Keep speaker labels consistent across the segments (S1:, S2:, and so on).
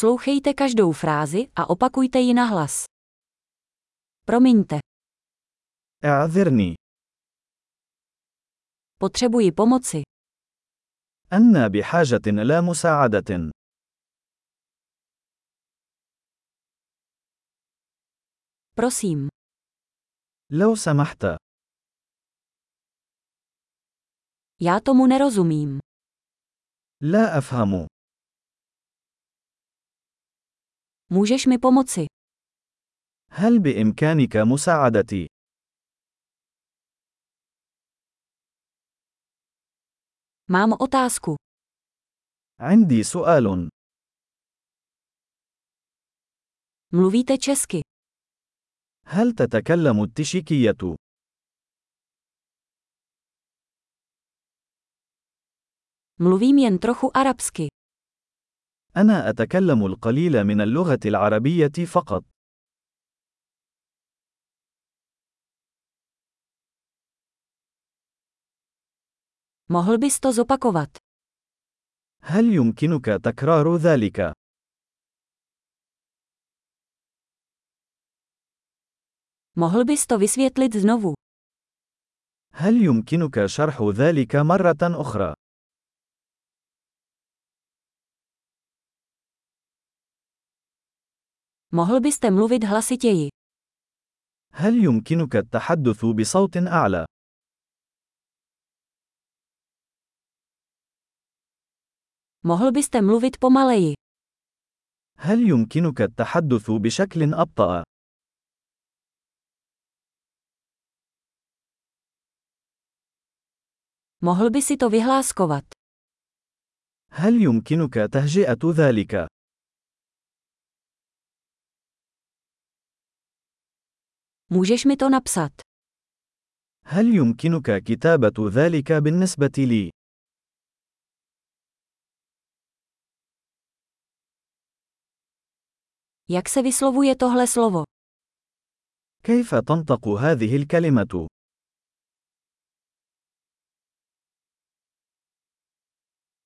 S1: Poslouchejte každou frázi a opakujte ji na hlas. Promiňte,
S2: اعذرني
S1: potřebuji pomoci.
S2: أنا بحاجة إلى مساعدة
S1: Prosím,
S2: لو سمحت
S1: já tomu nerozumím.
S2: لا أفهم
S1: Můžeš mi pomoci?
S2: هل بإمكانك مساعدتي
S1: Mám otázku.
S2: عندي سؤال
S1: Mluvíte česky?
S2: هل تتكلم التشيكية
S1: Mluvím jen trochu arabsky.
S2: أنا أتكلم القليل من اللغة العربية فقط
S1: Mohl bys to zopakovat?
S2: هل يمكنك تكرار ذلك
S1: Mohl bys to vysvětlit znovu?
S2: هل يمكنك شرح ذلك مرة أخرى
S1: Mohl byste mluvit hlasitěji?
S2: هل يمكنك التحدث بصوت أعلى
S1: Mohl byste mluvit pomaleji?
S2: هل يمكنك التحدث بشكل أبطأ
S1: Mohl by si to vyhláskovat?
S2: هل يمكنك تهجئة ذلك
S1: Můžeš mi to napsat?
S2: هل يمكنك كتابة ذلك بالنسبة لي؟
S1: Jak se vyslovuje tohle slovo?
S2: كيف تنطق هذه الكلمة؟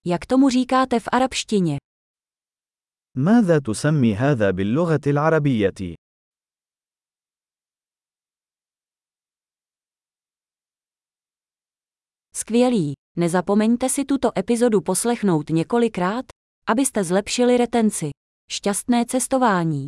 S1: Jak tomu říkáte v arabštině?
S2: ماذا تسمي هذا باللغة العربية؟
S1: Skvělý. Nezapomeňte si tuto epizodu poslechnout několikrát, abyste zlepšili retenci. Šťastné cestování.